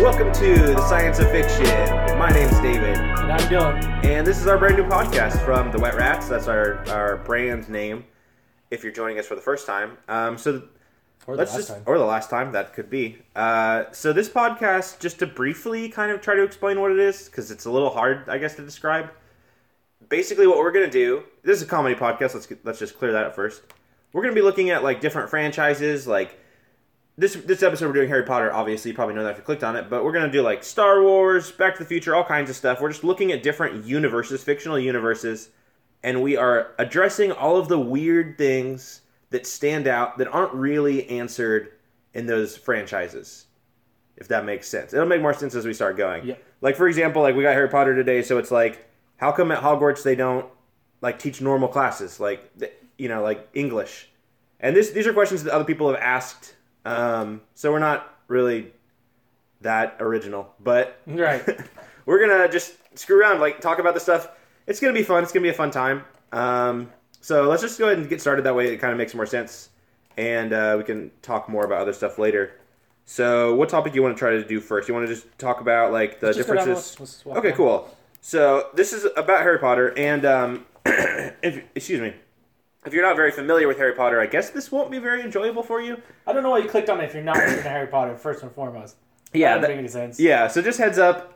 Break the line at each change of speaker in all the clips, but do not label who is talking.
welcome to the Science of Fiction. My name's David,
And I'm Dylan.
and this is our brand new podcast from the Wet Rats. That's our our brand name. If you're joining us for the first time, um, so th-
Or the
let's
last
just
time.
or the last time that could be. Uh, so this podcast, just to briefly kind of try to explain what it is, because it's a little hard, I guess, to describe. Basically, what we're gonna do. This is a comedy podcast. Let's get- let's just clear that up first. We're gonna be looking at like different franchises, like this this episode we're doing Harry Potter. Obviously, you probably know that if you clicked on it. But we're gonna do like Star Wars, Back to the Future, all kinds of stuff. We're just looking at different universes, fictional universes, and we are addressing all of the weird things that stand out that aren't really answered in those franchises. If that makes sense, it'll make more sense as we start going.
Yeah.
Like for example, like we got Harry Potter today, so it's like, how come at Hogwarts they don't like teach normal classes, like th- you know, like English? And this these are questions that other people have asked. Um, so we're not really that original, but
Right.
we're gonna just screw around, like talk about the stuff. It's gonna be fun. It's gonna be a fun time. Um, so let's just go ahead and get started. That way, it kind of makes more sense, and uh, we can talk more about other stuff later. So, what topic you want to try to do first? You want to just talk about like the
Let's just go down the
differences?
list. Let's just walk
Okay,
down.
cool. So this is about Harry Potter, and um, if excuse me, if you're not very familiar with Harry Potter, I guess this won't be very enjoyable for you.
I don't know why you clicked on it if you're not into Harry Potter, first and foremost.
Yeah,
That doesn't
that-
make any sense.
Yeah, so just heads up.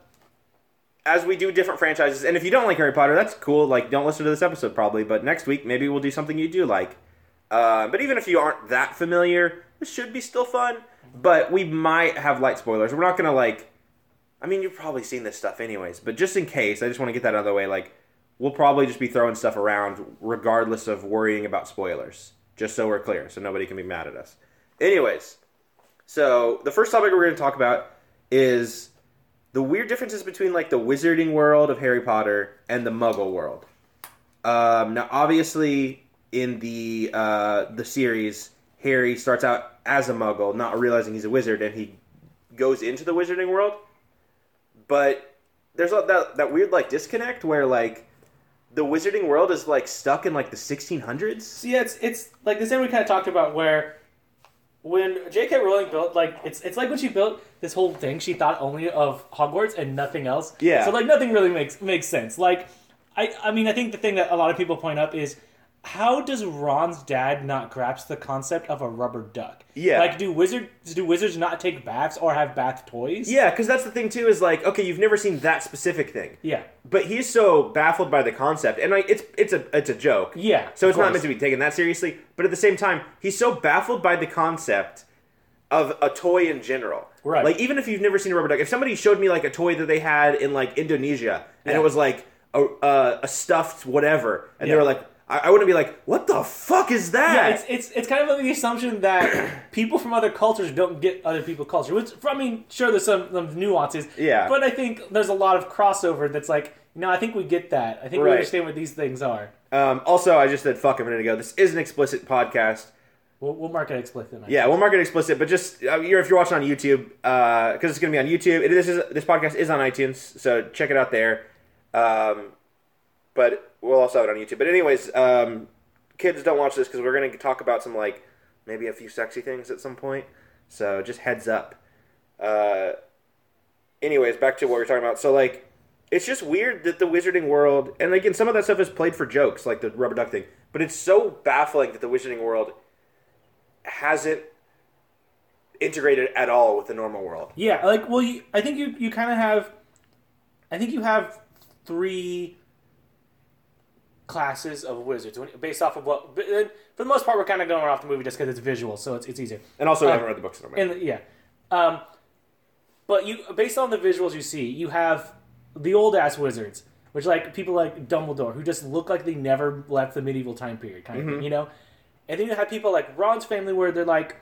As we do different franchises, and if you don't like Harry Potter, that's cool. Like, don't listen to this episode probably, but next week maybe we'll do something you do like. Uh, but even if you aren't that familiar, this should be still fun. But we might have light spoilers. We're not gonna like. I mean, you've probably seen this stuff anyways, but just in case, I just want to get that out of the way. Like, we'll probably just be throwing stuff around, regardless of worrying about spoilers. Just so we're clear, so nobody can be mad at us. Anyways, so the first topic we're going to talk about is the weird differences between like the wizarding world of Harry Potter and the Muggle world. Um, now, obviously, in the uh, the series, Harry starts out as a Muggle, not realizing he's a wizard, and he goes into the wizarding world. But there's a- that that weird like disconnect where like the wizarding world is like stuck in like the 1600s.
So yeah, it's it's like the same we kind of talked about where when J.K. Rowling built like it's it's like when she built this whole thing, she thought only of Hogwarts and nothing else.
Yeah.
So like nothing really makes makes sense. Like I I mean I think the thing that a lot of people point up is how does Ron's dad not grasp the concept of a rubber duck?
Yeah.
Like do wizards do wizards not take baths or have bath toys?
Yeah, because that's the thing too is like okay, you've never seen that specific thing.
Yeah.
but he's so baffled by the concept, and like it's it's a it's a joke.
Yeah,
So
of
it's not
course.
meant to be taken that seriously, but at the same time, he's so baffled by the concept of a toy in general.
Right.
Like even if you've never seen a rubber duck, if somebody showed me like a toy that they had in like Indonesia, and
Yeah.
it was like a a, a stuffed whatever, and they
Yeah.
were like, I, I wouldn't be like, what the fuck is
Yeah,
that?
it's it's it's kind of the assumption that people from other cultures don't get other people's culture. Which I mean, sure, there's some, some nuances.
Yeah.
but I think there's a lot of crossover that's like, no, I think we get that. I think we
Right.
understand what these things are.
um, also, I just said fuck a minute ago. This is an explicit podcast.
We'll, we'll mark it explicit. I
Yeah, we'll mark it explicit, but just uh, you're, if you're watching on YouTube, because it's going to be on YouTube. It, this is this podcast is on iTunes, so check it out there. Um, but we'll also have it on YouTube. But anyways, um, kids don't watch this because we're going to talk about some like maybe a few sexy things at some point. So just heads up. Uh, anyways, back to what we are talking about. So like, it's just weird that the Wizarding World, and again, some of that stuff is played for jokes, like the rubber duck thing. But it's so baffling that the Wizarding World hasn't integrated at all with the normal world.
Yeah, like well, you, I think you you kind of have, I think you have three classes of wizards when- based off of what. but, uh, For the most part, we're kind of going off the movie just because it's visual, so it's it's easier.
And also, I
Uh,
haven't read the books in a minute.
And the, yeah, um, but you based on the visuals you see, you have the old ass wizards, which like people like Dumbledore, who just look like they never left the medieval time period, kind of thing, you know. And then you have people like Ron's family, where they're like,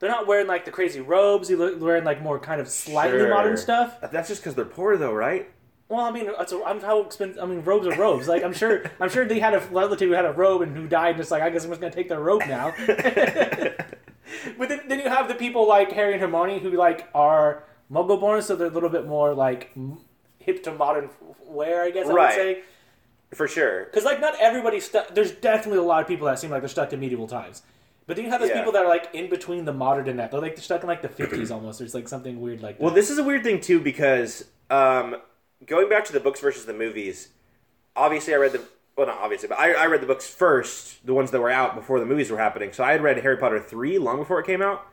they're not wearing like the crazy robes; they're wearing like more kind of slightly
Sure.
modern stuff.
That's just because they're poor, though, right?
Well, I mean, it's a, I'm how expensive. I mean, robes are robes. Like I'm sure, I'm sure they had a relative who had a robe and who died, and just like I guess I'm just gonna take their robe now. but then, then you have the people like Harry and Hermione who like are Muggle born, so they're a little bit more like m- hip to modern wear, I guess I
Right.
would say.
For sure.
Because like not everybody's stuck. There's definitely a lot of people that seem like they're stuck in medieval times, But then you have those
Yeah.
people that are like in between the modern and that. They're like stuck in like the fifties almost. There's like something weird like that.
Well, this is a weird thing too because um, going back to the books versus the movies. Obviously, I read the well, not obviously, but I, I read the books first, the ones that were out before the movies were happening. So I had read Harry Potter three long before it came out,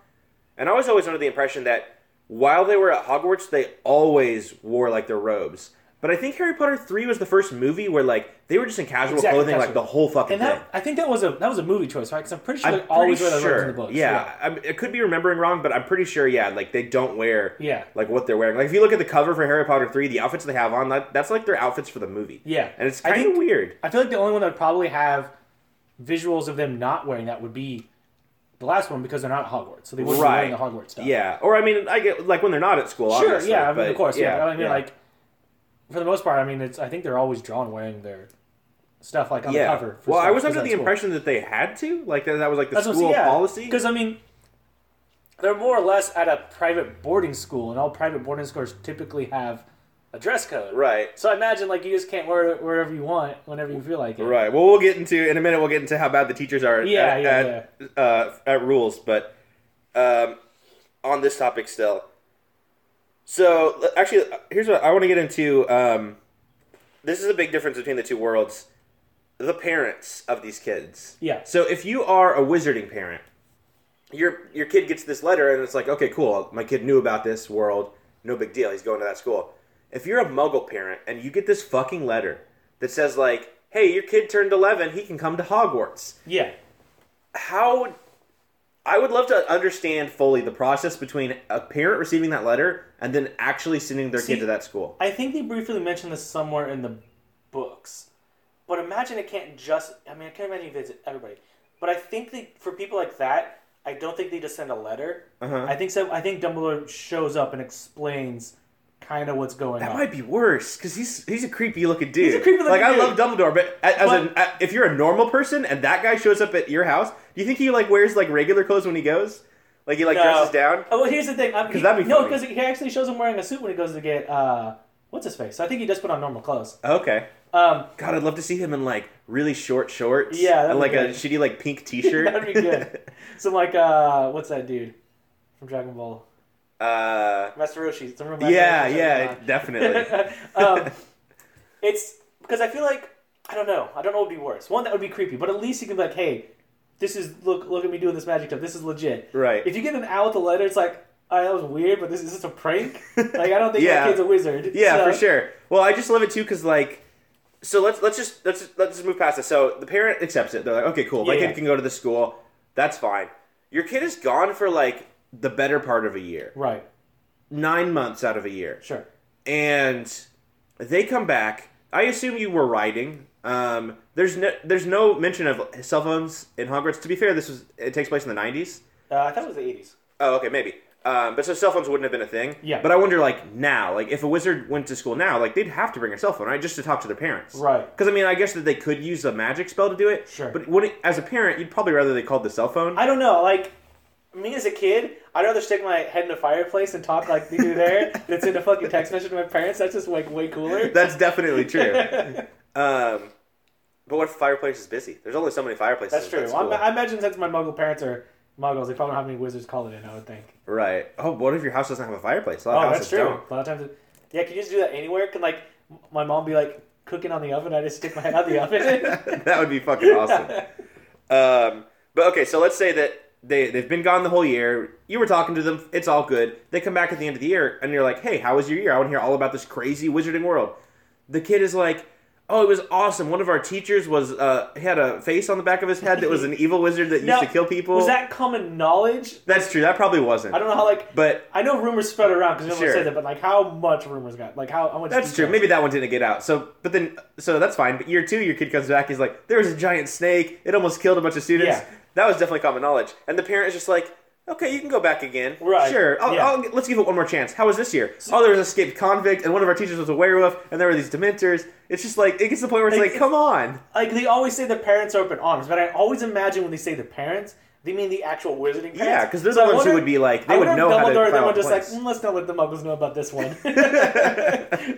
and I was always under the impression that while they were at Hogwarts, they always wore like their robes. But I think Harry Potter three was the first movie where like they were just in casual
Exactly,
clothing like
casual.
the whole fucking
and
thing.
that I think that was a that was a movie choice, right? Because I'm pretty sure
I'm
they always wear
pretty
those robes in the books.
Yeah, I'm, I could be remembering wrong, but I'm pretty sure. Yeah, like they don't wear.
Yeah.
Like what they're wearing. Like if you look at the cover for Harry Potter three, the outfits they have on that that's like their outfits for the movie.
Yeah.
and it's
I
kind of
think-
weird.
I feel like the only one that would probably have visuals of them not wearing that would be the last one because they're not at Hogwarts, so they wouldn't
Right.
be wearing the Hogwarts stuff.
Yeah, or I mean, I get like when they're not at school.
sure.
obviously,
yeah, I mean,
but
of course. Yeah, but I mean,
yeah.
like for the most part, I mean, it's I think they're always drawn wearing their stuff like on
yeah.
the cover. for
well, I
stuff,
was
'cause
under
that's
the
cool.
impression that they had to like that, that was like the
That's what I'm
school
saying, yeah.
policy.
Because I mean, they're more or less at a private boarding school, and all private boarding schools typically have a dress code.
Right.
So I imagine like you just can't wear it wherever you want, whenever you feel like it.
Right. Well, we'll get into in a minute. We'll get into how bad the teachers are. at-
Yeah,
at,
yeah,
at, Uh, at rules, but um, on this topic still. So l- actually, here's what I want to get into. Um, this is a big difference between the two worlds. The parents of these kids.
Yeah.
So if you are a wizarding parent, your your kid gets this letter and it's like, okay, cool. My kid knew about this world. No big deal. He's going to that school. If you're a Muggle parent and you get this fucking letter that says like, hey, your kid turned 11, he can come to Hogwarts.
Yeah.
How I would love to understand fully the process between a parent receiving that letter and then actually sending their
See-
kid to that school.
I think they briefly mentioned this somewhere in the books, but imagine it can't just. I mean, I can't imagine if it's everybody, but I think they for people like that, I don't think they just send a letter.
Uh-huh.
I think so. I think Dumbledore shows up and explains kind of what's going
That
on.
might be worse because he's he's a creepy looking dude.
a creepy
like
looking
I love
dude.
Dumbledore, but a- as
But-
an a, if you're a normal person and that guy shows up at your house, do you think he like wears like regular clothes when he goes? Like he like
No.
dresses down.
Oh, well, here's the thing. Because
that'd be
no,
funny.
because he actually shows him wearing a suit when he goes to get uh, what's his face. So I think he does put on normal clothes.
Okay.
Um,
God, I'd love to see him in like really short shorts.
Yeah, that'd
and
be
like a
good.
shitty like pink T-shirt.
That'd be good. so like, uh, what's that dude from Dragon Ball?
uh,
Master Roshi. It's the real Master
yeah,
Roshi.
yeah, definitely.
um, it's because I feel like I don't know. I don't know what would be worse. One that would be creepy, but at least you can be like, hey, this is look look at me doing this magic stuff. This is legit.
Right.
If you get an owl with a letter, it's like, all right, that was weird, but this is this a prank? like I don't think
Yeah.
that kid's a wizard.
Yeah,
So-
for sure. Well, I just love it too because like, so let's let's just let's just, let's just move past this. So the parent accepts it. They're like, okay, cool. My
Yeah,
kid
yeah.
can go to the school. That's fine. Your kid is gone for like the better part of a year,
Right.
nine months out of a year,
Sure.
and they come back. I assume you were riding. Um, there's no there's no mention of cell phones in Hogwarts. To be fair, this was it takes place in the nineties.
Uh, I thought it was the eighties.
Oh, okay, maybe. Um, but so cell phones wouldn't have been a thing.
Yeah.
But I wonder, like now, like if a wizard went to school now, like they'd have to bring a cell phone, right, just to talk to their parents.
Right.
Because I mean, I guess that they could use a magic spell to do it.
Sure.
But would as a parent, you'd probably rather they called the cell phone.
I don't know. Like me as a kid, I'd rather stick my head in a fireplace and talk like they do there than send a fucking text message to my parents. That's just like way cooler.
That's definitely true. um, but what if the fireplace is busy? There's only so many fireplaces.
That's
at
true.
that
I,
school.
I imagine since my Muggle parents are Muggles, they probably don't have any wizards calling in. I would think.
right. Oh, what if your house doesn't have a fireplace? A lot
Oh,
of
that's
houses
true.
don't.
A lot of times, it- yeah. Can you just do that anywhere? Can like m- my mom be like cooking on the oven? I just stick my head out the oven.
that would be fucking awesome. Um, but okay, so let's say that they they've been gone the whole year. You were talking to them. It's all good. They come back at the end of the year, and you're like, "Hey, how was your year? I want to hear all about this crazy wizarding world." The kid is like, "Oh, it was awesome. One of our teachers was uh, he had a face on the back of his head that was an evil wizard that used
Now,
to kill people."
Was that common knowledge?
That's true. That probably wasn't.
I don't know how like.
But
I know rumors spread around because no one
Sure.
said that, but like how much rumors got like how, how much.
that's true.
detail?
Maybe that one didn't get out. So, but then, so that's fine. But year two, your kid comes back. He's like, "There was a giant snake. It almost killed a bunch of students."
Yeah.
That was definitely common knowledge. And the parent is just like, "Okay, you can go back again.
Right.
Sure. I'll,
Yeah.
I'll, let's give it one more chance. How was this year? oh, there was an escaped convict, and one of our teachers was a werewolf, and there were these dementors. It's just like it gets to the point where it's
Like,
like, come on.
like they always say the parents are up in arms, but I always imagine when they say the parents, They mean the actual wizarding parents?
Yeah, because they're
So I
the ones
wonder-
who would be like,
I
they would
wonder
know
if
how to.
Dumbledore then
file
would just like,
complaints.
"Mm, let's not let the muggles know about this one.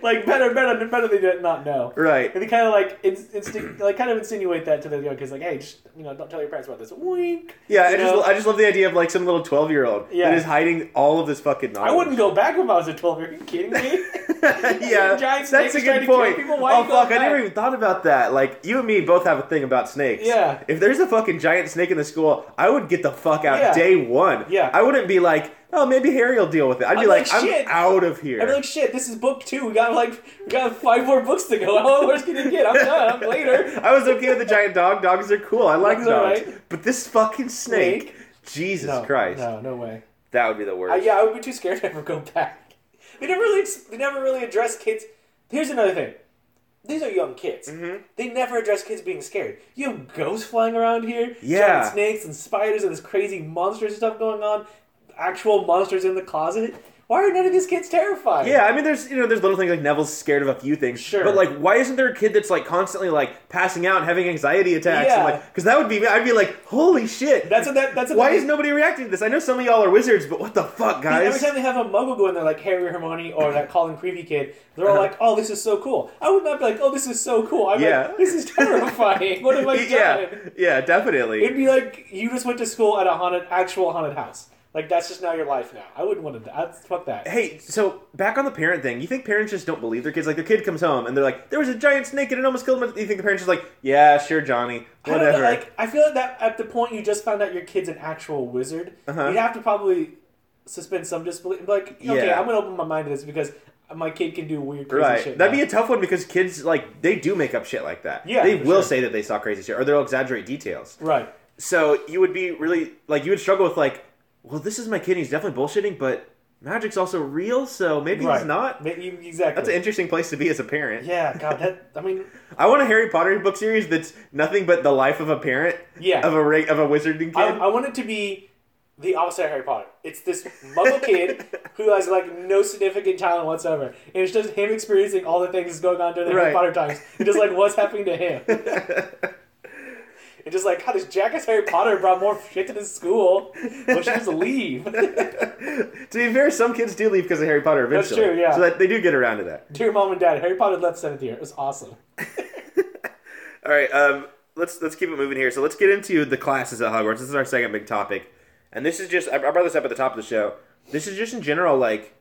like better, better, better they did not know.
right.
And they kind of like ins- insti- like kind of insinuate that to the young kids, like, hey, just you know, don't tell your parents about this. Wink.
Yeah, I
You
just,
know?
I just love the idea of like some little twelve year old
Yeah.
that is hiding all of this fucking
I
knowledge.
wouldn't go back if I was a twelve. Are you kidding me?
yeah,
Giant snake
that's a
is trying
good
to kill
point.
people, why
Oh
you going
fuck, I never
back?
even thought about that. Like you and me both have a thing about snakes.
Yeah.
If there's a fucking giant snake in the school, I would get the fuck out
Yeah.
day one.
Yeah.
I wouldn't be like, oh, maybe Harry will deal with it. I'd be
I'm
like,
like,
I'm
shit.
out of here.
I'd be like, shit, this is book two. We got like we got five more books to go. How much can you get? I'm done. I'm later.
I was okay with the giant dog. Dogs are cool. I like
Dogs are
dogs.
alright.
But this fucking snake,
Snake?
Jesus
no,
Christ,
No, no way.
that would be the worst.
I, Uh, yeah, I would be too scared to ever go back. They never really, ex- they never really address kids. Here's another thing: these are young kids.
Mm-hmm.
They never address kids being scared. You have ghosts flying around here.
Yeah.
giant snakes and spiders and this crazy monsters stuff going on. Actual monsters in the closet. Why are none of these kids terrified?
Yeah, I mean, there's you know, there's little things like Neville's scared of a few things.
Sure.
But like, why isn't there a kid that's like constantly like passing out and having anxiety attacks?
Yeah.
And, like, because that would be I'd be like, holy shit.
that's what that. That's what
why
that-
is nobody reacting to this? I know some of y'all are wizards, but what the fuck,
Every
guys?
time they have a muggle go in there, like Harry or Hermione or that Colin Creevy kid, they're
Uh-huh.
all like, "Oh, this is so cool." I would not be like, "Oh, this is so cool." I'm
Yeah.
like, "This is terrifying. what am I doing?"
yeah, yeah, definitely.
It'd be like you just went to school at a haunted, actual haunted house. Like that's just now your life now. I wouldn't want to. I'd, fuck that.
Hey, so back on the parent thing, you think parents just don't believe their kids? Like, their kid comes home and they're like, "There was a giant snake and it almost killed him." You think the parents just like, "Yeah, sure, Johnny,
I don't know,
whatever."
like I feel like that at the point you just found out your kid's an actual wizard,
Uh-huh.
you'd have to probably suspend some disbelief. Like, okay,
Yeah.
I'm gonna open my mind to this because my kid can do weird, crazy
Right.
shit.
That'd be
now.
a tough one because kids like they do make up shit like that.
Yeah,
They
for
will
sure.
say that they saw crazy shit or they'll exaggerate details.
right.
So you would be really like you would struggle with like, well, this is my kid. He's definitely bullshitting, but magic's also real, so maybe
right.
he's not.
Maybe- exactly.
That's an interesting place to be as a parent.
Yeah, God, that I mean,
I want a Harry Potter book series that's nothing but the life of a parent
Yeah.
of a ra- of a wizarding kid.
I, I want it to be the opposite of Harry Potter. It's this muggle kid who has like no significant talent whatsoever, and it's just him experiencing all the things that's going on during the
Right.
Harry Potter times, and just like what's happening to him, and just like how this jackass Harry Potter brought more shit to this school. We should just leave.
to be fair, some kids do leave because of Harry Potter eventually.
true, yeah.
So that they do get around to that.
Dear mom and dad, Harry Potter left seventh year. It was awesome.
All right, um, let's let's keep it moving here. So let's get into the classes at Hogwarts. This is our second big topic, and this is just I I brought this up at the top of the show. This is just in general like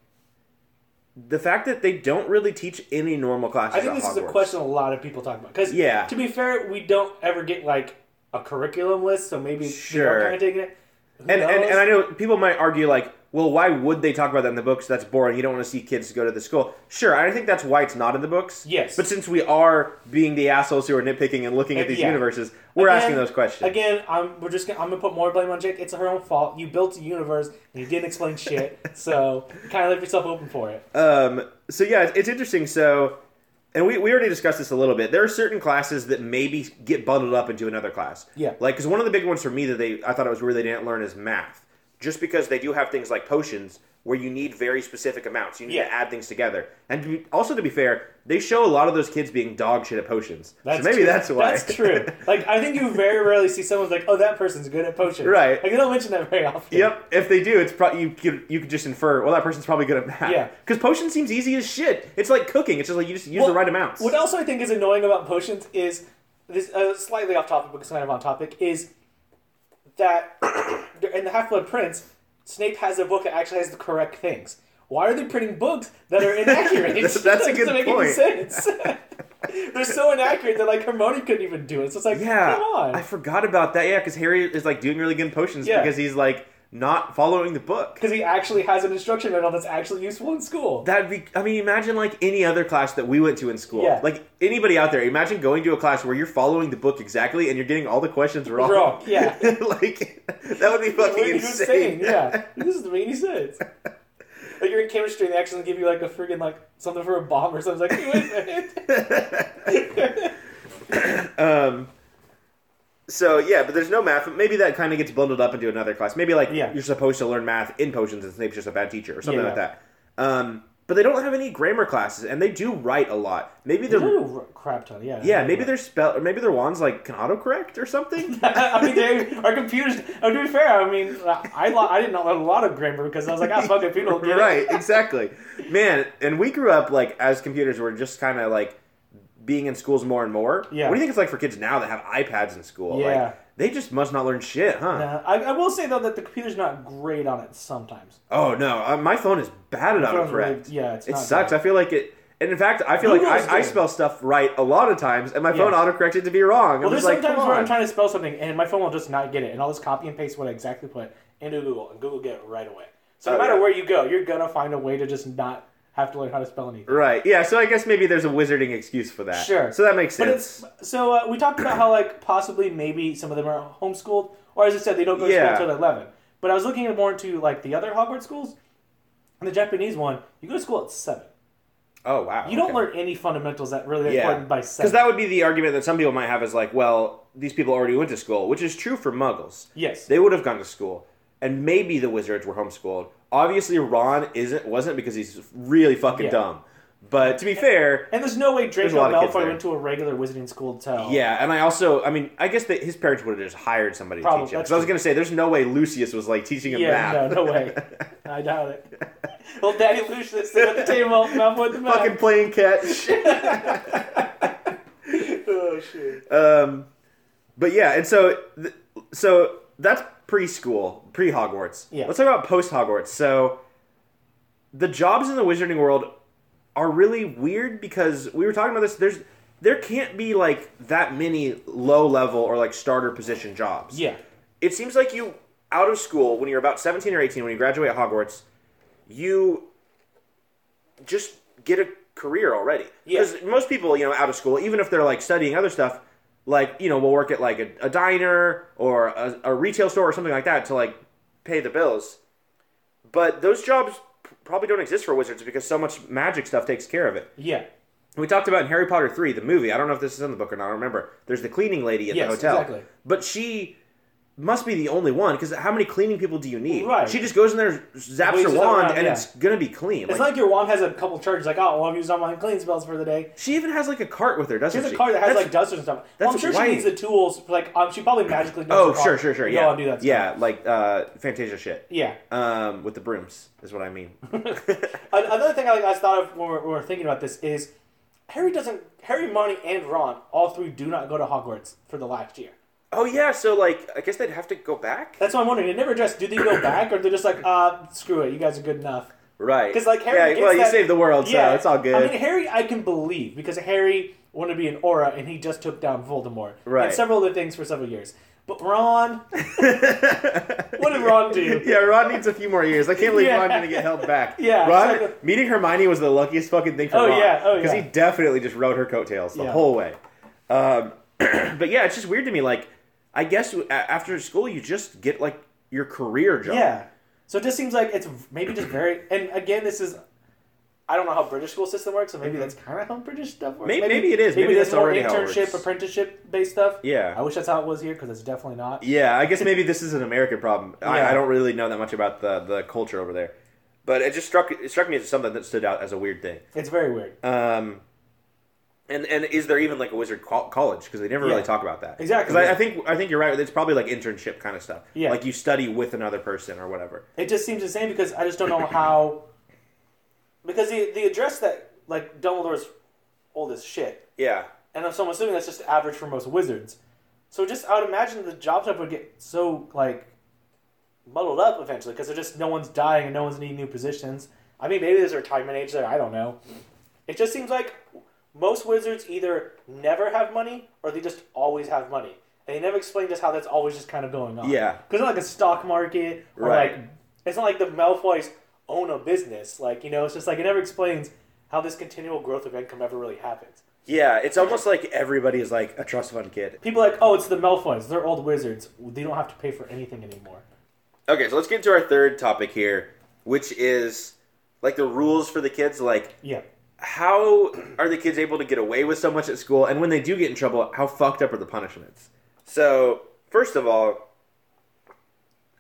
the fact that they don't really teach any normal classes.
I think
at
this is a
Hogwarts.
question a lot of people talk about. Because
Yeah.
to be fair, we don't ever get like a curriculum list, so maybe
Sure.
they're kind of taking it. Who
And, and
knows?
and I know people might argue like, well, why would they talk about that in the books? That's boring. You don't want to see kids go to the school. Sure, I think that's why it's not in the books.
Yes.
but since we are being the assholes who are nitpicking and looking at
And-
these
yeah.
universes, we're
Again-
asking those questions.
Again, I'm we're just gonna, I'm gonna put more blame on Jake. It's her own fault. You built a universe and you didn't explain shit, so kind of left yourself open for it.
Um, so yeah, it's, it's interesting. So, and we, we already discussed this a little bit. There are certain classes that maybe get bundled up into another class.
Yeah.
Like, because one of the big ones for me that they I thought it was weird they didn't learn is math, just because they do have things like potions where you need very specific amounts. You need
Yeah.
to add things together. And to be, also to be fair, they show a lot of those kids being dog shit at potions. so maybe
true.
that's why.
That's true. Like I think you very rarely see someone's like, "Oh, that person's good at potions."
Right.
Like they don't mention that very often.
Yep. If they do, it's probably you could you could just infer. Well, that person's probably good at math.
Yeah.
Because potion seems easy as shit. It's like cooking. It's just like you just use
Well,
the right amounts.
What else I think is annoying about potions is this uh, slightly off topic, but it's kind of on topic is that in the Half Blood Prince, Snape has a book that actually has the correct things. Why are they printing books that are inaccurate?
That's- that's a
It
good
doesn't make
point.
Any sense. They're so inaccurate that like Hermione couldn't even do it. So it's like,
Yeah,
come on.
I forgot about that. Yeah, because Harry is like doing really good in potions
Yeah.
because he's like not following the book.
because he actually has an instruction manual that's actually useful in school.
That'd be. I mean, imagine like any other class that we went to in school.
Yeah.
Like anybody out there, imagine going to a class where you're following the book exactly and you're getting all the questions wrong.
Wrong, yeah.
like that would be
Like,
fucking
what are you
insane.
saying? Yeah, this doesn't make any sense. Like you're in chemistry, and they actually give you like a freaking like something for a bomb or something. It's like, wait a minute.
Um. So yeah, but there's no math. But maybe that kind of gets bundled up into another class. Maybe like
Yeah.
you're supposed to learn math in potions, and Snape's just a bad teacher or something
Yeah,
like
yeah.
that. Um, but they don't have any grammar classes, and they do write a lot. Maybe
They
they're
do a crap ton, yeah.
yeah, maybe their spell, or maybe their wands like can autocorrect or something.
I mean, they, our computers. Oh, to be fair, I mean, I lo- I didn't know a lot of grammar because I was like, ah, fuck it, people don't get it.
right, exactly. Man, and we grew up like as computers were just kind of like being in schools more and more.
Yeah.
What do you think it's like for kids now that have iPads in school?
Yeah.
Like they just must not learn shit, huh?
Uh, I, I will say though that the computer's not great on it sometimes.
Oh no, uh, my phone is bad at
Phone's really-
autocorrect.
yeah, it's
It
not
sucks. I feel like it. And in fact, I feel
Google's
like I, I
good.
spell stuff right a lot of times, and my phone
Yeah.
autocorrected to be wrong.
Well,
I'm
there's
just like,
sometimes
come
where I'm
on.
trying to spell something and my phone will just not get it, and I'll just copy and paste what I exactly put into Google, and Google get it right away. So no
Oh,
matter
yeah.
where you go, you're gonna find a way to just not have to learn how to spell anything.
right? Yeah. So I guess maybe there's a wizarding excuse for that.
Sure.
So that makes
But
sense.
it's so uh, we talked about how like possibly maybe some of them are homeschooled, or as I said, they don't go to
Yeah.
school until eleven. But I was looking more into like the other Hogwarts schools, and the Japanese one, you go to school at seven.
oh wow.
You don't learn any fundamentals that really are
Yeah.
important by
Because
seven.
that would be the argument that some people might have is like, well, these people already went to school, which is true for Muggles.
yes.
They would have gone to school, and maybe the wizards were homeschooled. Obviously, Ron isn't wasn't because he's really fucking
Yeah.
dumb. But to be fair,
and there's no way Draco
a lot of kids
Malfoy
there.
went to a regular wizarding school to tell.
Yeah, and I also, I mean, I guess that his parents would have just hired somebody
Probably,
to teach him.
that's
Because I was
true.
going to say, there's no way Lucius was like teaching him
Yeah,
math.
no, no way. I doubt it. Well, Daddy Lucius sit at the table, Malfoy at the mouth.
Fucking playing catch.
oh shit.
um, but yeah, and so, th- so that's preschool, pre Hogwarts.
Yeah.
Let's talk about post Hogwarts. So, the jobs in the Wizarding world are really weird because we were talking about this. There's there can't be like that many low level or like starter position jobs.
Yeah.
it seems like you out of school when you're about 17 or 18 when you graduate Hogwarts you just get a career already
Yeah.
because most people you know out of school even if they're like studying other stuff like you know will work at like a, a diner or a, a retail store or something like that to like pay the bills but those jobs p- probably don't exist for wizards because so much magic stuff takes care of it
Yeah.
we talked about in Harry Potter 3, the movie. I don't know if this is in the book or not. I don't remember. There's the cleaning lady at
Yes,
the hotel.
exactly.
But she must be the only one because how many cleaning people do you need?
Right.
She just goes in there, zaps
Waves
her wand,
it around,
and
yeah.
it's going to be clean.
It's
Like,
not like your wand has a couple charges. Like, oh, well, I'm using all my clean spells for the day.
she even has like a cart with her, doesn't
She has
she?
a card that has
That's-
like dusters and stuff. Well,
that's
I'm sure
why-
she needs the tools. Like, um, she probably magically. knows
Oh,
her
sure,
card.
sure, sure.
You
Yeah.
know, I'll do that. stuff.
Yeah, like uh, Fantasia shit.
Yeah.
Um, with the brooms, is what I mean.
An- Another thing I, I thought of when we we're, when we we're thinking about this is Harry doesn't. Harry, Marnie, and Ron, all three, do not go to Hogwarts for the last year.
oh, yeah, so like, I guess they'd have to go back?
That's what I'm wondering. They never addressed. Do they go back, or they're just like, uh, screw it, you guys are good enough.
Right.
'Cause, like, Harry
Yeah,
gets
well, you
that-
saved the world, so it's all good.
I mean, Harry, I can believe because Harry wanted to be an aura, and he just took down Voldemort
Right.
and several other things for several years. But Ron, What did Ron do?
Yeah, Ron needs a few more years. I can't believe
Yeah.
Ron didn't get held back.
Yeah,
Ron
exactly.
meeting Hermione was the luckiest fucking thing for
Oh,
Ron.
yeah, oh,
because
yeah.
he definitely just rode her coattails the
Yeah.
whole way. Um, but yeah, it's just weird to me. Like, I guess a- after school you just get like your career job.
yeah. So it just seems like it's maybe just very. And again, this is. I don't know how British school system works, so maybe that's kind of how British stuff works.
May- Mm-hmm. maybe it is. Maybe
there's
that's
more
already how it
internship,
works.
apprenticeship based stuff.
Yeah.
I wish that's how it was here because it's definitely not.
Yeah, I guess maybe this is an American problem. I,
Yeah.
I don't really know that much about the, the culture over there, but it just struck it struck me as something that stood out as a weird thing.
It's very weird.
Um, and and is there even like a wizard co- college? Because they never
Yeah.
really talk about that.
Exactly.
Because I, I think I think you're right. It's probably like internship kind of stuff.
Yeah.
Like you study with another person or whatever.
It just seems insane because I just don't know how. Because the the address that like Dumbledore's old as shit,
Yeah.
and so I'm assuming that's just average for most wizards. So just I would imagine the job stuff would get so like muddled up eventually because just no one's dying and no one's needing new positions. I mean, maybe there's a retirement age there. I don't know. It just seems like most wizards either never have money or they just always have money. And they never explain just how that's always just kind of going on.
Yeah.
because not like a stock market or
Right.
like it's not like the Malfoys own a business. Like you know, it's just like it never explains how this continual growth of income ever really happens.
Yeah. It's almost like everybody is like a trust fund kid.
People are like, oh, it's the Malfoys. They're old wizards. They don't have to pay for anything anymore.
Okay, so let's get to our third topic here, which is like the rules for the kids. Like,
Yeah.
how are the kids able to get away with so much at school? And when they do get in trouble, how fucked up are the punishments? So, first of all,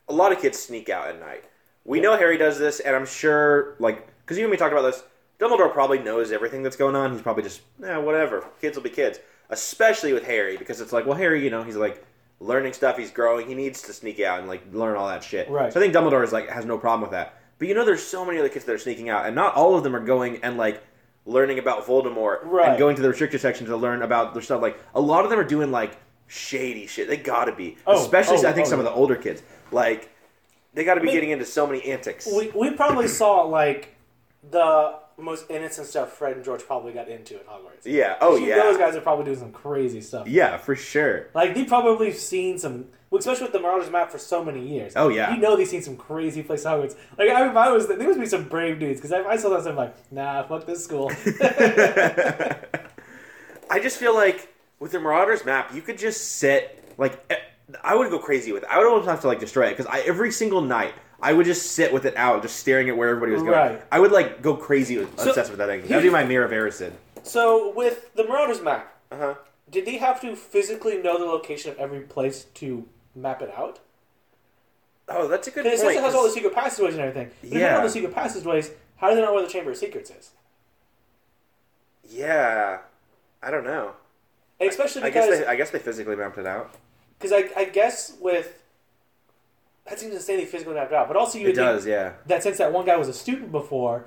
a lot of kids sneak out at night. We know Harry does this, and I'm sure, like, because you and me talked about this. Dumbledore probably knows everything that's going on. He's probably just, eh, whatever. Kids will be kids. Especially with Harry, because it's like, well, Harry, you know, he's like learning stuff, he's growing, he needs to sneak out and like learn all that shit.
Right.
So I think Dumbledore is like has no problem with that. But you know there's so many other kids that are sneaking out, and not all of them are going and like learning about Voldemort
Right.
and going to the restricted section to learn about their stuff. Like a lot of them are doing like shady shit. They gotta be.
Oh,
Especially
oh,
I think
oh,
some
yeah.
of the older kids. Like they gotta be
mean-
getting into so many antics.
We, we probably saw like the most innocent stuff Fred and George probably got into at Hogwarts.
yeah. Oh
You
yeah.
know those guys are probably doing some crazy stuff.
Yeah, for sure.
Like they probably have seen some, well, especially with the Marauders map for so many years.
Oh, yeah.
you know they've seen some crazy places. Hogwarts. Like I, if I was, there must be some brave dudes because I, I saw that stuff. I'm like, nah, fuck this school.
I just feel like with the Marauders map, you could just sit like e- I would go crazy with it. I would almost have to like destroy it because I every single night I would just sit with it out, just staring at where everybody was going.
Right.
I would like go crazy with,
So-
obsessed with that thing. That'd be my mirror of Erisid.
so with the Marauders map,
Uh huh.
did they have to physically know the location of every place to map it out?
Oh, that's a good
Because it
point.
says it has all the secret passageways and everything. But If they have all
Yeah.
the secret passageways, how do they not know where the Chamber of Secrets is?
yeah, I don't know.
And especially
I guess
because
they, I guess they physically mapped it out.
Because I, I guess with that seems insanely physically mapped out, but also you
It
would think
does, yeah.
that since that one guy was a student before,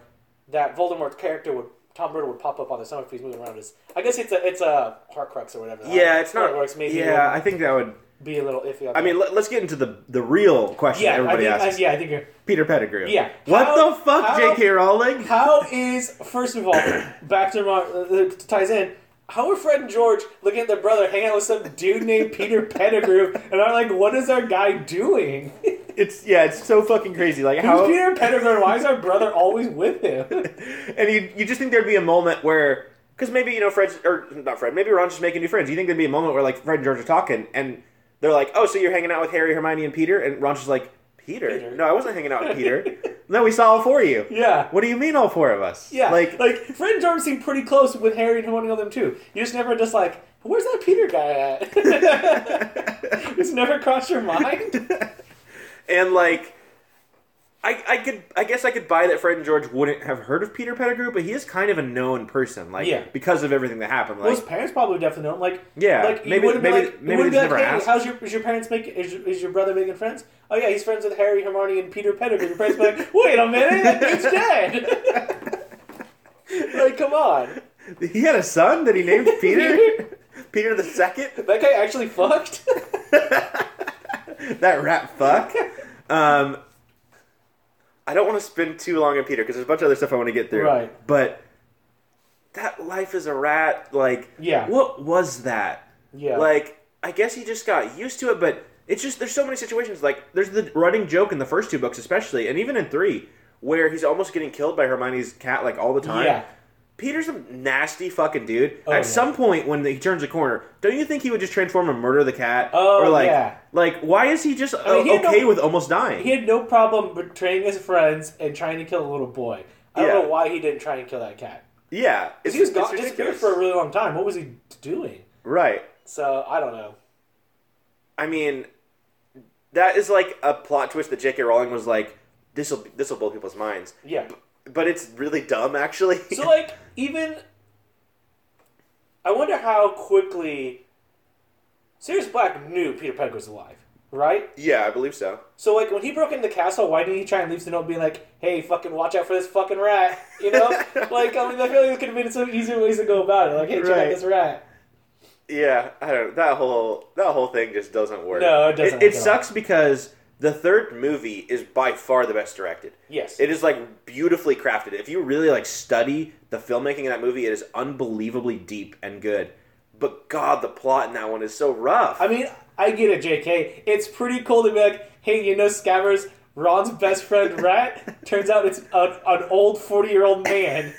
that Voldemort's character would Tom Riddle would pop up on the stomach if he's moving around. His, I guess it's a it's a Horcrux or whatever.
Yeah, it's
How it
not.
Oh, works. Maybe
yeah,
it
I think that would.
would be a little iffy. On
I mean, let, us get into the the real question
yeah, I
everybody
think,
asks.
I, yeah, I think. You're,
Peter Pettigrew.
Yeah.
What
How-
the fuck,
how-
J.K. Rowling?
how is first of all back to Mar- uh, uh, ties in. How are Fred and George looking at their brother hanging out with some dude named Peter Pettigrew and are like, what is our guy doing?
It's yeah, it's so fucking crazy. Like
Who's
how
Peter Pettigrew? and Why is our brother always with him?
and you you just think there'd be a moment where because maybe you know Fred's or not Fred, maybe Ron's just making new friends. You think there'd be a moment where like Fred and George are talking and they're like, oh, so you're hanging out with Harry, Hermione, and Peter, and Ron's just like, Peter?
Peter.
No, I wasn't hanging out with Peter. no, we saw all four of you.
Yeah.
What do you mean all four of us?
Yeah,
like
like like Fred and George seem pretty close with Harry and Hermione of them too. You just never just like, where's that Peter guy at? it's never crossed your mind.
and like. I, I could I guess I could buy that Fred and George wouldn't have heard of Peter Pettigrew, but he is kind of a known person, like
Yeah.
because of everything that happened. Like
Well, his parents probably definitely know him. Like,
Yeah,
like you
maybe-
would've been
maybe-
like, you
maybe
would've
they
been
never
like, hey,
asked.
how's your is your parents making is your, is your brother making friends? Oh yeah, he's friends with Harry, Hermione, and Peter Pettigrew. Your parents be like, wait a minute, that dude's dead. like, come on,
he had a son that he named Peter, Peter the second.
that guy actually fucked.
that rat fuck. Um, I don't want to spend too long on Peter because there's a bunch of other stuff I want to get through.
Right.
But that life as a rat, like,
Yeah.
what was that?
yeah,
Like, I guess he just got used to it, but it's just there's so many situations. Like, there's the running joke in the first two books, especially, and even in three, where he's almost getting killed by Hermione's cat, like all the time.
yeah.
Peter's a nasty fucking dude.
Oh,
At
yeah.
some point, when he turns a corner, don't you think he would just transform and murder the cat?
Oh,
or like,
yeah.
like why is he just
mean,
uh,
he had
okay
no-
with almost dying?
He had no problem betraying his friends and trying to kill a little boy. I don't
Yeah.
know why he didn't try and kill that cat.
yeah,
Because
it's,
he was
it's
gone, disappeared
ridiculous.
for a really long time. What was he doing?
right.
So I don't know.
I mean, that is like a plot twist that J.K. Rowling was like, this will this will blow people's minds,
Yeah.
but it's really dumb actually.
So like even, I wonder how quickly Sirius Black knew Peter Pettigrew was alive, right?
yeah, I believe so.
So like when he broke into the castle, why didn't he try and leave the note being like, "Hey, fucking watch out for this fucking rat," you know? like I mean, I feel like there could have been some easier ways to go about it. Like, hey, check
Right.
out this rat.
Yeah, I don't. That whole that whole thing just doesn't work.
No, it doesn't
It,
work at all.
sucks because the third movie is by far the best directed.
Yes.
It is like beautifully crafted. If you really like study the filmmaking in that movie, it is unbelievably deep and good. But God, the plot in that one is so rough.
I mean, I get it, JK. It's pretty cool to be like, hey, you know, Scabbers, Ron's best friend, Rat? Turns out it's an, an old 40 year old man.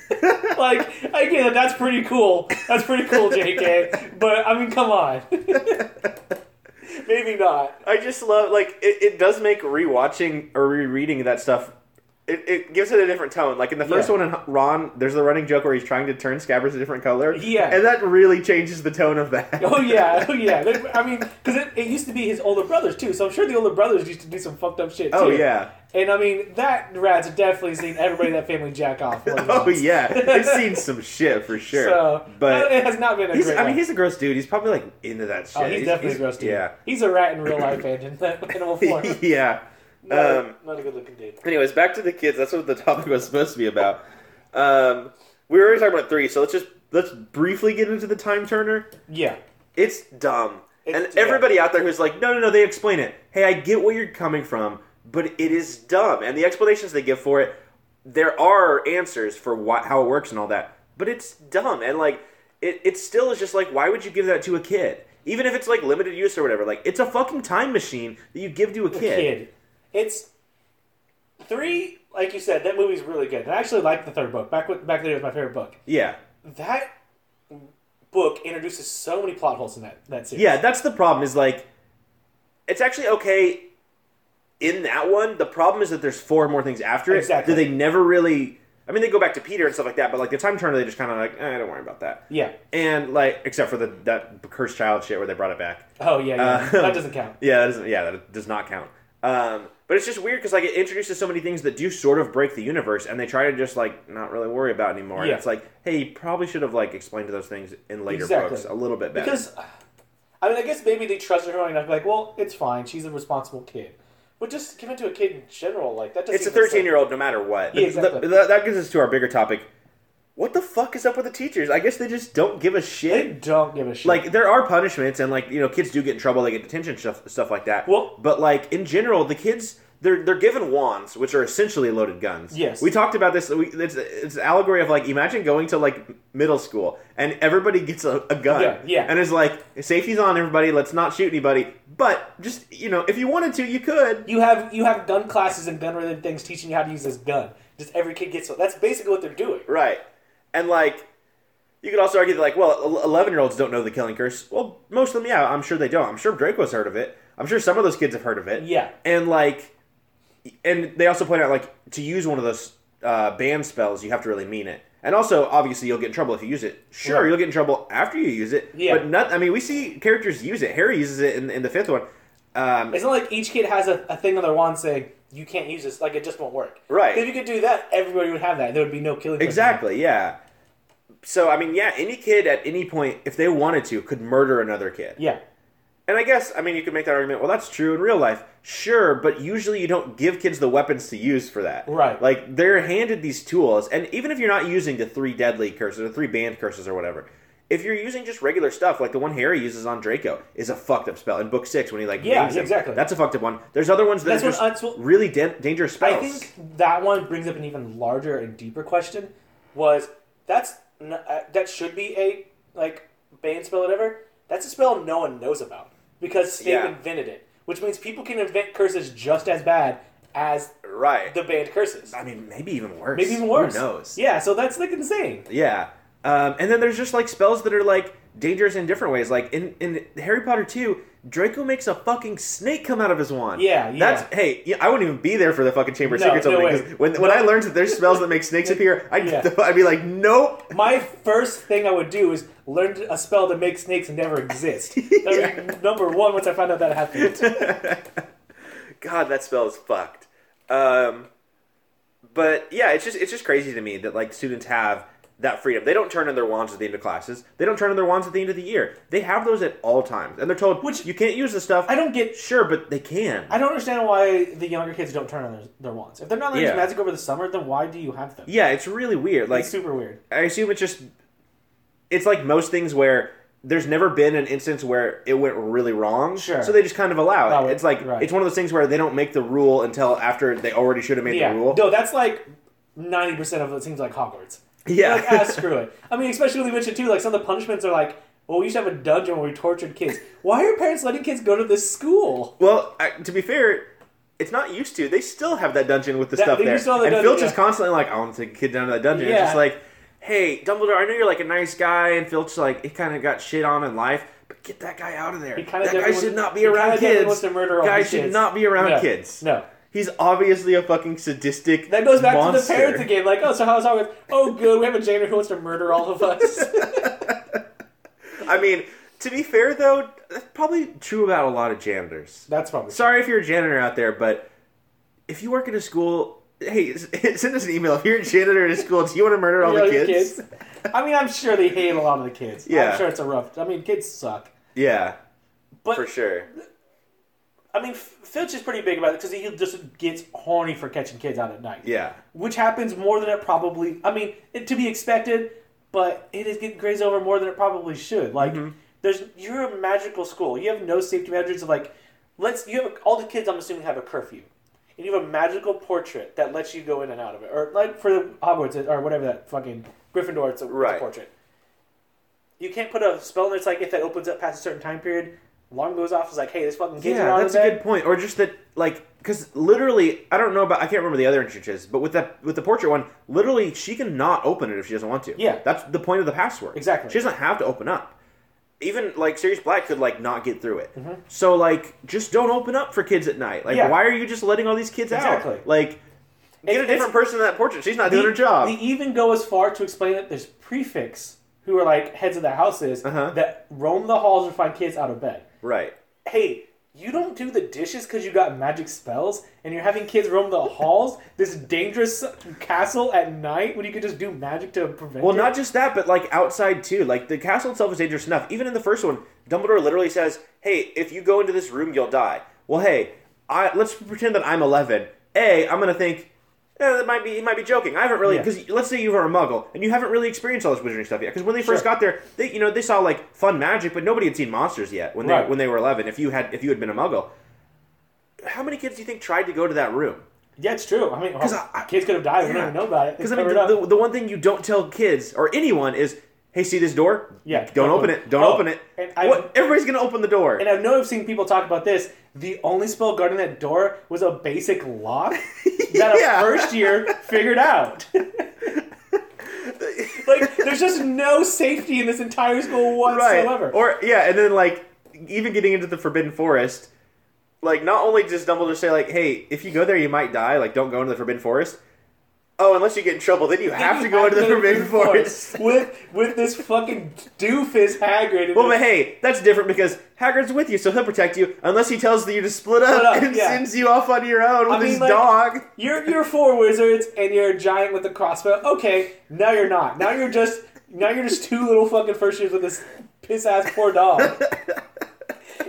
like, I get it. That's pretty cool. That's pretty cool, JK. But, I mean, come on. Maybe not.
I just love like it, it does make rewatching or rereading that stuff It, it gives it a different tone. Like in the first
Yeah.
one, in Ron, there's the running joke where he's trying to turn Scabbers a different color.
Yeah.
and that really changes the tone of that.
Oh yeah, oh yeah. They- I mean, because it, it used to be his older brothers too, so I'm sure the older brothers used to do some fucked up shit. Too.
oh yeah.
And I mean, that rat's definitely seen everybody in that family jack off. more than
Oh
once.
yeah. He's seen some shit for sure.
So,
but
it has not been a
he's,
great.
I mean,
life.
he's a gross dude. He's probably like into that shit.
oh, he's, definitely a gross dude.
Yeah. Um,
he's a rat in real life and in animal form.
yeah.
Not,
Um,
not a good looking dude.
Anyways, back to the kids. That's what the topic was supposed to be about. Um, we were already talking about three, so let's just let's briefly get into the time turner.
Yeah,
It's dumb,
It's-
and everybody out there who's like, no, no, no, they explain it. Hey, I get where you're coming from, but it is dumb, and the explanations they give for it, there are answers for why, how it works and all that, but it's dumb, and like it, it still is just like, why would you give that to a kid? Even if it's like limited use or whatever, like it's a fucking time machine that you give to a kid.
kid. It's three. Like you said, that movie's really good. And I actually like the third book. Back with, back there was my favorite book.
Yeah.
That book introduces so many plot holes in that that series.
Yeah, that's the problem. Is like, it's actually okay in that one. The problem is that there's four more things after it
Exactly.
that they never really. I mean, they go back to Peter and stuff like that, but like the time turner, they just kind of like, eh, don't worry about that.
yeah.
And like, except for the that cursed child shit where they brought it back.
Oh yeah, yeah.
Uh,
that doesn't count.
Yeah, that doesn't, yeah, that does not count. Um, but it's just weird because like it introduces so many things that do sort of break the universe, and they try to just like not really worry about anymore. And
Yeah.
It's like, hey, you probably should have like explained those things in later
Exactly.
books a little bit better.
Because I mean, I guess maybe they trusted her enough. Like, well, it's fine. She's a responsible kid. But just give it to a kid in general, like that. Doesn't
it's a
even
13 year old no matter what.
Yeah, exactly.
Th- th- that gives us to our bigger topic. What the fuck is up with the teachers? I guess they just don't give a
They
shit.
don't give a shit.
Like there are punishments and like you know kids do get in trouble, they get detention stuff stuff like that.
Well-
but like in general, the kids they're they're given wands, which are essentially loaded guns.
Yes.
we talked about this. We, it's, it's an allegory of like imagine going to like middle school and everybody gets a, a gun.
Yeah, yeah.
and it's like safety's on everybody. Let's not shoot anybody. But just you know, if you wanted to, you could.
you have you have gun classes and gun related things teaching you how to use this gun. Just every kid gets one. That's basically what they're doing.
Right. And like, you could also argue that like, well, eleven year olds don't know the killing curse. Well, most of them, yeah, I'm sure they don't. I'm sure Draco's heard of it. I'm sure some of those kids have heard of it.
Yeah.
And like, and they also point out like to use one of those uh, ban spells, you have to really mean it. And also, obviously, you'll get in trouble if you use it. Sure,
Right.
you'll get in trouble after you use it.
Yeah.
But not. I mean, we see characters use it. Harry uses it in, in the fifth one. Um,
It's not like each kid has a, a thing on their wand saying you can't use this. Like it just won't work.
Right.
If you could do that, everybody would have that. There would be no killing. person.
Exactly, yeah. So I mean, yeah, any kid at any point, if they wanted to, could murder another kid.
Yeah.
And I guess I mean you could make that argument. Well, that's true in real life, sure, but usually you don't give kids the weapons to use for that.
Right.
Like they're handed these tools, and even if you're not using the three deadly curses or three banned curses or whatever, if you're using just regular stuff like the one Harry uses on Draco is a fucked up spell in Book Six when he like
Yeah,
names him.
exactly.
that's a fucked up one. There's other ones that
That's
are
what-
just
that's what-
really dan- dangerous
I
spells.
think that one brings up an even larger and deeper question. Was that's n- uh, that should be a like bane spell or whatever? That's a spell no one knows about because Snape
Yeah.
invented it, which means people can invent curses just as bad as
right.
the banned curses.
I mean, maybe even worse.
Maybe even worse.
Who knows?
Yeah, so that's like insane.
Yeah. Um, and then there's just like spells that are like dangerous in different ways. Like in, in Harry Potter 2, Draco makes a fucking snake come out of his wand.
Yeah, yeah.
That's hey, yeah, I wouldn't even be there for the fucking Chamber of
No,
Secrets
no
opening
way.
'cause when when I learned that there's spells that make snakes appear, I'd,
Yeah.
I'd be like, nope.
My first thing I would do is learn a spell to make snakes never exist. That would be number one once I find out that happened.
God, that spell is fucked. Um, but yeah, it's just it's just crazy to me that like students have that freedom. They don't turn in their wands at the end of classes. They don't turn in their wands at the end of the year. They have those at all times, and they're told
Which-
you can't use the stuff.
I don't get
Sure, but they can.
I don't understand why the younger kids don't turn on their, their wands. If they're not learning
Yeah.
magic over the summer, then why do you have them?
yeah, it's really weird. Like,
It's super weird.
I assume it's just. It's like most things where there's never been an instance where it went really wrong.
Sure.
So they just kind of allow it.
Allow it,
It's like
right.
it's one of those things where they don't make the rule until after they already should have made
Yeah.
the rule.
No, that's like 90% of it seems like Hogwarts.
Yeah.
Like, ah, screw it. I mean, especially when you mentioned, too, like some of the punishments are like, well, we used to have a dungeon where we tortured kids. Why are parents letting kids go to this school?
Well, I, to be fair, it's not used to. They still have that dungeon with the
That-
stuff
they
there.
used to have the
and
dungeon,
Filch is
yeah.
constantly like, I want to take a kid down to that dungeon.
Yeah.
It's just like, hey, Dumbledore, I know you're like a nice guy, and Filch like he kind of got shit on in life, but get that guy out of there.
kinda
that guy
definitely
should not be
he kinda
around
definitely
kids.
wants to murder all
guy
these
should
kids."
not be around
No.
kids.
No.
He's obviously a fucking sadistic.
That goes back to
monster.
the parents again. Like, oh, so how's our? Oh, good. We have a janitor who wants to murder all of us.
I mean, to be fair though, that's probably true about a lot of janitors.
That's probably
Sorry if you're a janitor out there, but if you work at a school, hey, s- send us an email. If you're a janitor at a school, do you want to murder all
You know,
the kids?
I mean, I'm sure they hate a lot of the kids.
Yeah.
I'm sure it's a rough. I mean, kids suck.
Yeah,
But
for sure.
I mean, F- Filch is pretty big about it because he just gets horny for catching kids out at night.
Yeah,
which happens more than it probably. I mean, it, to be expected, but it is getting grazed over more than it probably should. Like,
Mm-hmm.
there's you're a magical school. You have no safety measures of like, let's you have all the kids. I'm assuming have a curfew, and you have a magical portrait that lets you go in and out of it, or like for the Hogwarts or whatever that fucking Gryffindor. It's a, it's a
Right.
portrait. You can't put a spell that's like if that opens up past a certain time period, alarm goes off. It's like, hey, this fucking kid's
yeah,
out
that's
of
a
bed.
good point. Or just that, like, because literally, I don't know about. I can't remember the other entrances, but with that with the portrait one, literally, she can not open it if she doesn't want to.
Yeah.
that's the point of the password.
Exactly.
she doesn't have to open up. Even like Sirius Black could like not get through it. So like, just don't open up for kids at night. Like,
Mm-hmm. Yeah.
why are you just letting all these kids
Exactly.
out? Like, get a
It's-
different person in that portrait. She's not doing
They-
her job.
They E even go as far to explain that there's prefects who are like heads of the houses
Uh-huh.
that roam the halls and find kids out of bed.
right.
Hey, you don't do the dishes because you got magic spells, and you're having kids roam the halls, this dangerous castle at night when you could just do magic to prevent.
Well,
it?
not just that, but like outside too. Like the castle itself is dangerous enough. Even in the first one, Dumbledore literally says, "Hey, if you go into this room, you'll die." Well, hey, I let's pretend that I'm 11. A, I'm gonna think eh, that might be he might be joking. I haven't really
Yeah.
because let's say you were a Muggle and you haven't really experienced all this wizarding stuff yet. Because when they first
Sure.
got there, they you know they saw like fun magic, but nobody had seen monsters yet when they
Right.
when they were 11. If you had if you had been a Muggle, how many kids do you think tried to go to that room?
yeah, it's true. I mean, well,
I- I-
kids could have died. We don't
Yeah.
even know about it. They
Because I mean,
covered it up.
the, the, the one thing you don't tell kids or anyone is, "Hey, see this door?
Yeah,
don't open it. Don't
Oh,
open it.
and I-
what? Everybody's gonna open the door.
And I know I've seen people talk about this. The only spell guarding that door was a basic lock that a
Yeah.
first year figured out. like, there's just no safety in this entire school
right?
whatsoever.
Or yeah, and then like even getting into the Forbidden Forest, like not only does Dumbledore say like, "Hey, if you go there, you might die. Like, don't go into the Forbidden Forest." Oh, unless you get in trouble, then you have to go into the Forbidden Forest.
with with this fucking doofus Hagrid. and
Well, but
this-
hey, that's different because Hagrid's with you, so he'll protect you unless he tells you to split up,
Split up,
and
yeah.
sends you off on your own with
mean,
his
like-
dog.
you're you're four wizards and you're a giant with a crossbow. Okay, now you're not. Now you're just now you're just two little fucking first years with this piss ass poor dog.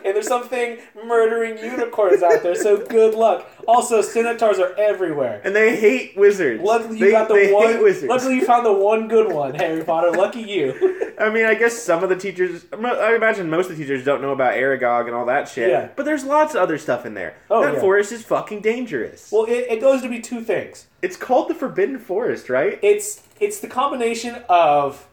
and there's something murdering unicorns out there. So good luck. Also, centaurs are everywhere.
And they hate wizards.
Luckily, you
they,
got the
they
one.
Hate wizards.
Luckily, you found the one good one, Harry Potter. Lucky you.
I mean, I guess some of the teachers. I imagine most of the teachers don't know about Aragog and all that shit.
Yeah.
But there's lots of other stuff in there.
Oh,
that
yeah.
forest is fucking dangerous.
Well, it, it goes to be two things.
it's called the Forbidden Forest, right?
It's it's the combination of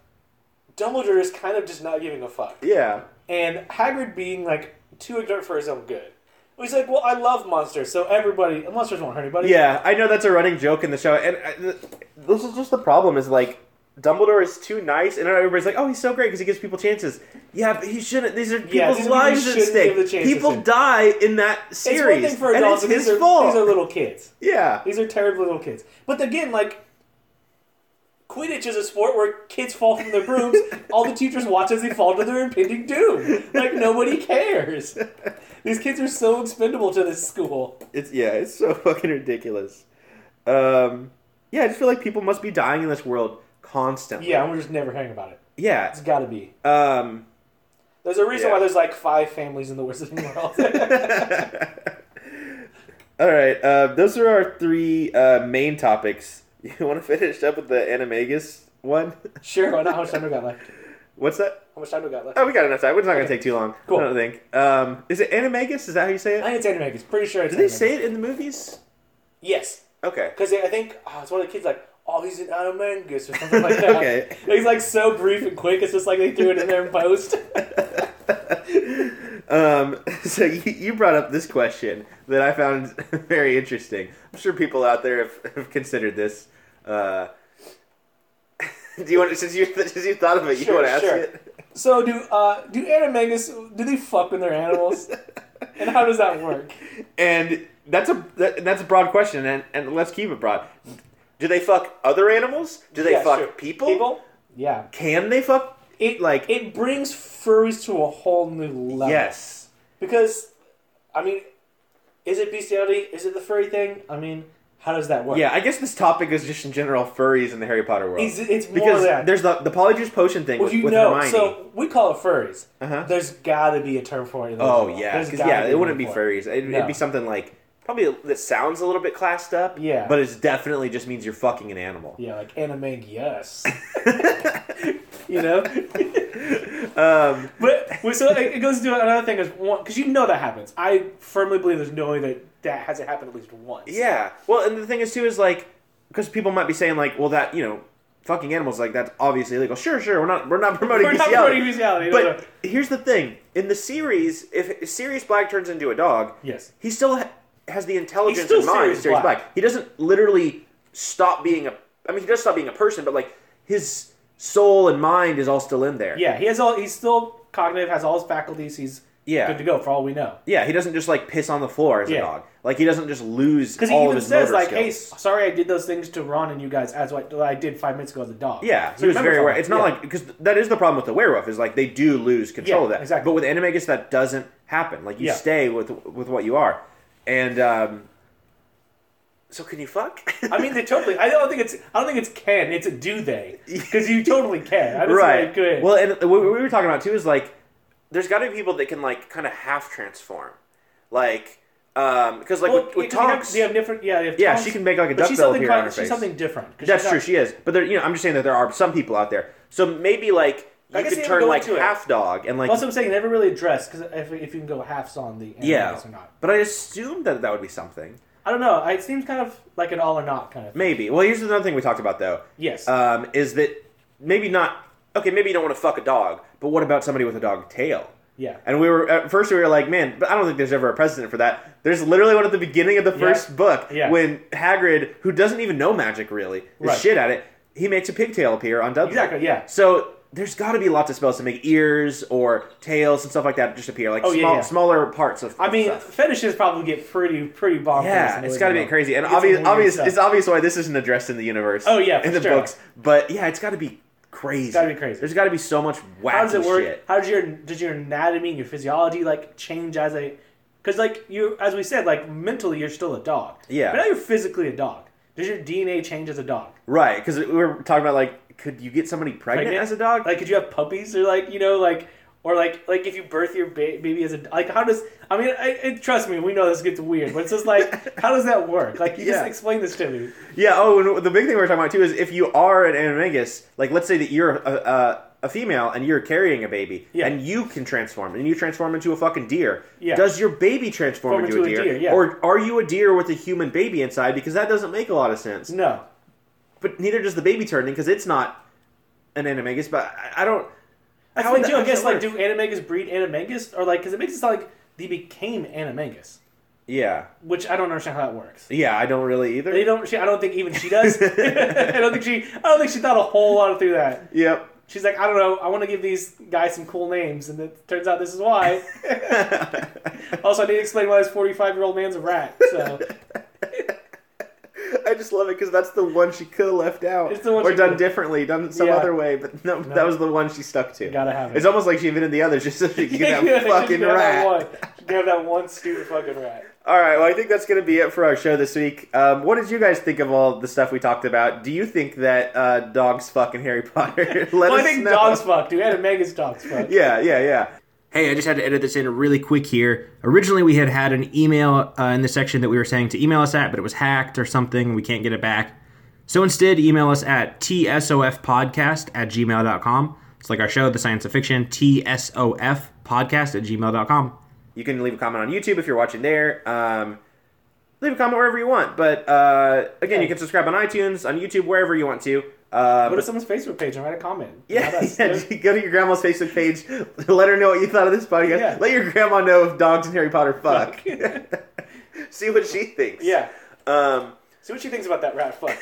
Dumbledore is kind of just not giving a fuck.
yeah.
and Hagrid being like too ignorant for his own good. He's like, well, I love monsters, so everybody monsters won't hurt anybody.
Yeah, I know that's a running joke in the show, and I, th- this is just the problem. Is like Dumbledore is too nice, and everybody's like, "Oh, he's so great because he gives people chances." Yeah, but he shouldn't. These are people's
Yeah, these are people you
lives at
shouldn't give the
stake.
chances
People
to.
die in that series,
it's one thing for
and
adults.
it's
but
his
these, are,
fault.
these are little kids.
yeah,
These are terrible little kids. But again, like Quidditch is a sport where kids fall from their brooms. all the teachers watch as they fall to their impending doom. Like nobody cares. These kids are so expendable to this school.
It's yeah, it's so fucking ridiculous. Um, yeah, I just feel like people must be dying in this world constantly.
Yeah, and we're just never hearing about it.
yeah.
It's got to be.
Um,
There's a reason
Yeah.
why there's like five families in the Wizarding World.
all right, uh, those are our three uh, main topics. You want to finish up with the Animagus one?
sure, why not? How much time do we got left?
What's that?
How much time do we got left?
Oh, we got enough time. It's not gonna
Okay.
take too long.
Cool.
I don't think. Um, is it Animagus? Is that how you say
I
it?
think it's Animagus. Pretty sure it's
Do they
Animagus.
say it in the movies?
Yes.
Okay.
Because I think oh, it's one of the kids like, oh, he's an Animagus or something like that.
Okay.
And he's like so brief and quick, it's just like they threw it in there in post.
um, so you, you brought up this question that I found very interesting. I'm sure people out there have, have considered this. Uh, do you want to, since you since you thought of it, you
Sure,
want to ask
sure.
it?
so do uh, do Animagus, do they fuck with their animals? And how does that work?
And that's a that, that's a broad question, and, and let's keep it broad. Do they fuck other animals? Do they
Yeah,
fuck
sure.
people?
People?
Yeah.
Can they fuck?
It
Like-
it brings furries to a whole new level.
Yes.
Because, I mean, is it bestiality? Is it the furry thing? I mean, how does that work?
Yeah, I guess this topic is just in general furries in the Harry Potter world.
It's, it's more
because
that.
there's the the polyjuice potion thing
Well,
with,
you
with
know,
Hermione.
so we call it furries.
Uh-huh.
There's got to be a term for it. in the
oh
law.
yeah,
There's
'cause,
gotta
yeah,
be
it wouldn't be
one for
furries. It,
No.
It'd be something like probably that sounds a little bit classed up.
Yeah.
but it's definitely just means you're fucking an animal.
Yeah, like anime, yes. you know,
Um,
but well, so it it goes to another thing is one because you know that happens. I firmly believe there's no way that that hasn't happened at least once.
Yeah. Well, and the thing is too is like because people might be saying like, well, that you know, fucking animals like that's obviously illegal. Sure, sure. We're not we're not promoting
we're not
bestiality.
promoting bestiality. no, no.
But here's the thing: in the series, if Sirius Black turns into a dog,
yes,
he still ha- has the intelligence
still
in mind.
Sirius
Sirius
Black.
Black. He doesn't literally stop being a. I mean, he does stop being a person, but like his soul and mind is all still in there.
yeah, he has all. He's still cognitive, has all his faculties. He's
Yeah.
good to go for all we know.
Yeah, he doesn't just like piss on the floor as
Yeah.
a dog. Like he doesn't just lose
Because he
all of
even
his
says
motor
like,
skills.
"Hey, sorry, I did those things to Ron and you guys as what I did five minutes ago as a dog."
Yeah,
So
he was
remember
very aware.
something.
It's not
Yeah.
like because that is the problem with the werewolf is like they do lose control
Yeah,
of that.
exactly.
But with animagus, that doesn't happen. Like you
Yeah.
stay with with what you are, and um, so can you fuck?
I mean, they totally. I don't think it's. I don't think it's can. It's a do they because you totally can. I just
right.
Like, good.
Well, and what we were talking about too is like there's got to be people that can like kind of half transform, like um, because like
Well,
with, with
because you have-
Tonks,
you have different. Yeah, you have
yeah,
Tonks,
she can make like a
but
duck
she's
bill
something
appear
kind-
on her
She's
face.
something different. 'cause
That's
she's
true.
not-
She is, but there, you know, I'm just saying that there are some people out there. So maybe like
I
you
guess they
could
haven't
turn
gone
like
into it.
half dog and like
That's what I'm saying. They Never really addressed because if, if you can go halves on the anime
Yeah,
or not.
but I assumed that that would be something.
I don't know. It seems kind of like an all or not kind of. Thing.
Maybe. Well, here's another thing we talked about though.
Yes.
Um, is that maybe not? Okay, maybe you don't want to fuck a dog, but what about somebody with a dog tail?
yeah.
And we were at first we were like, man, but I don't think there's ever a precedent for that. There's literally one at the beginning of the first book
Yeah.
when Hagrid, who doesn't even know magic really, is
Right.
shit at it. He makes a pigtail appear on Dudley.
Exactly, yeah.
So there's got to be lots of spells to make ears or tails and stuff like that just appear, like
Oh,
small,
yeah, yeah.
smaller parts of.
I mean,
stuff.
fetishes probably get pretty pretty bonkers.
Yeah,
in
it's
the
got to
original.
be crazy, and
It's some
obvious,
weird
obvious,
stuff.
it's obvious why this isn't addressed in the universe.
Oh, yeah,
in
for
the
sure.
books, but yeah, it's got to be crazy. It's
gotta be crazy.
There's got to be so much wacky
How does it work?
shit.
How does your does your anatomy and your physiology like change as a? Because like you, as we said, like mentally you're still a dog.
Yeah.
But now you're physically a dog. Does your DNA change as a dog?
Right? Because we were talking about like, could you get somebody pregnant,
Pregnant?
as a dog?
Like, could you have puppies or like you know like or like like if you birth your ba- baby as a like how does I mean I, it, trust me we know this gets weird but it's just like how does that work? Like you just
Yeah.
explain this to me.
yeah. Oh, and the big thing we were talking about too is if you are an animagus, like let's say that you're a, a, a female and you're carrying a baby,
Yeah.
and you can transform, and you transform into a fucking deer.
Yeah.
Does your baby transform
Form
into, a deer,
yeah.
or are you a deer with a human baby inside? Because that doesn't make a lot of sense.
No.
but neither does the baby turning because it's not an animagus. But I, I don't.
That's
How
the
would
thing too.
that-
I guess
how
like
does
do animagus breed animagus or like because it makes it sound like they became animagus,
Yeah,
which I don't understand how that works.
yeah, I don't really either.
They don't. She, I don't think even she does. I don't think she. I don't think she thought a whole lot through that.
Yep.
She's like, I don't know. I want to give these guys some cool names, and it turns out this is why. also, I need to explain why this forty-five-year-old man's a rat. So
I just love it because that's the one she could have left out
It's the one
or
she
done
could've-
differently, done some
Yeah.
other way. But no, that was the one she stuck to.
Gotta have it.
It's almost like she invented the others just so she could have
Yeah, she
fucking
could have
rat.
That one. She could have that one stupid fucking rat.
All right, well, I think that's going to be it for our show this week. Um, what did you guys think of all the stuff we talked about? Do you think that uh, dogs fuck in Harry Potter? Let
Well, I
us
think
know.
dogs fuck, dude. Animagus dogs fuck.
yeah, yeah, yeah. Hey, I just had to edit this in really quick here. Originally, we had had an email uh, in the section that we were saying to email us at, but it was hacked or something. We can't get it back. So instead, email us at tsofpodcast at gmail.com. It's like our show, The Science of Fiction, tsofpodcast at gmail.com. You can leave a comment on YouTube if you're watching there. Um, leave a comment wherever you want. But uh, again,
Yeah.
you can subscribe on iTunes, on YouTube, wherever you want to. Uh,
Go to someone's Facebook page and write a comment. Not
yeah,
us,
yeah,
dude.
just go to your grandma's Facebook page. Let her know what you thought of this podcast.
Yeah.
Let your grandma know if dogs and Harry Potter fuck. See what she thinks.
yeah.
Um,
See what she thinks about that rat fuck.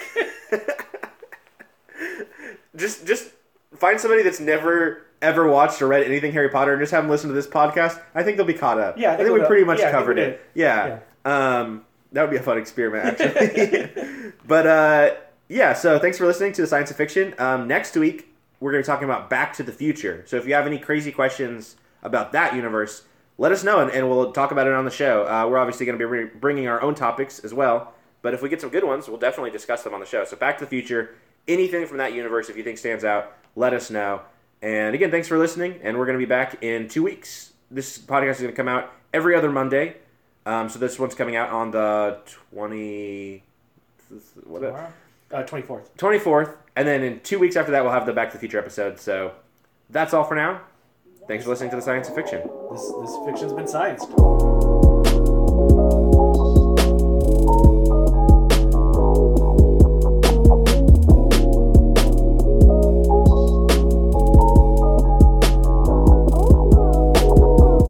just just find somebody that's never ever watched or read anything Harry Potter and just have them listen to this podcast. I think they'll be caught up.
Yeah, I
I
think
think, we
we'll-
pretty much
yeah, I think
covered
we
it. Yeah. Um, That would be a fun experiment, actually. but uh, yeah, so thanks for listening to Science of Fiction. Um, next week, we're going to be talking about Back to the Future. So if you have any crazy questions about that universe, let us know and, and we'll talk about it on the show. Uh, we're obviously going to be re- bringing our own topics as well. But if we get some good ones, we'll definitely discuss them on the show. So Back to the Future, anything from that universe, if you think stands out, let us know. And again, thanks for listening. And we're going to be back in two weeks. This podcast is going to come out every other Monday. Um, so this one's coming out on the 20. What
Tomorrow? Uh, 24th.
24th. And then in two weeks after that, we'll have the Back to the Future episode. So that's all for now. Thanks for listening to the Science of Fiction.
This, this fiction's been scienced.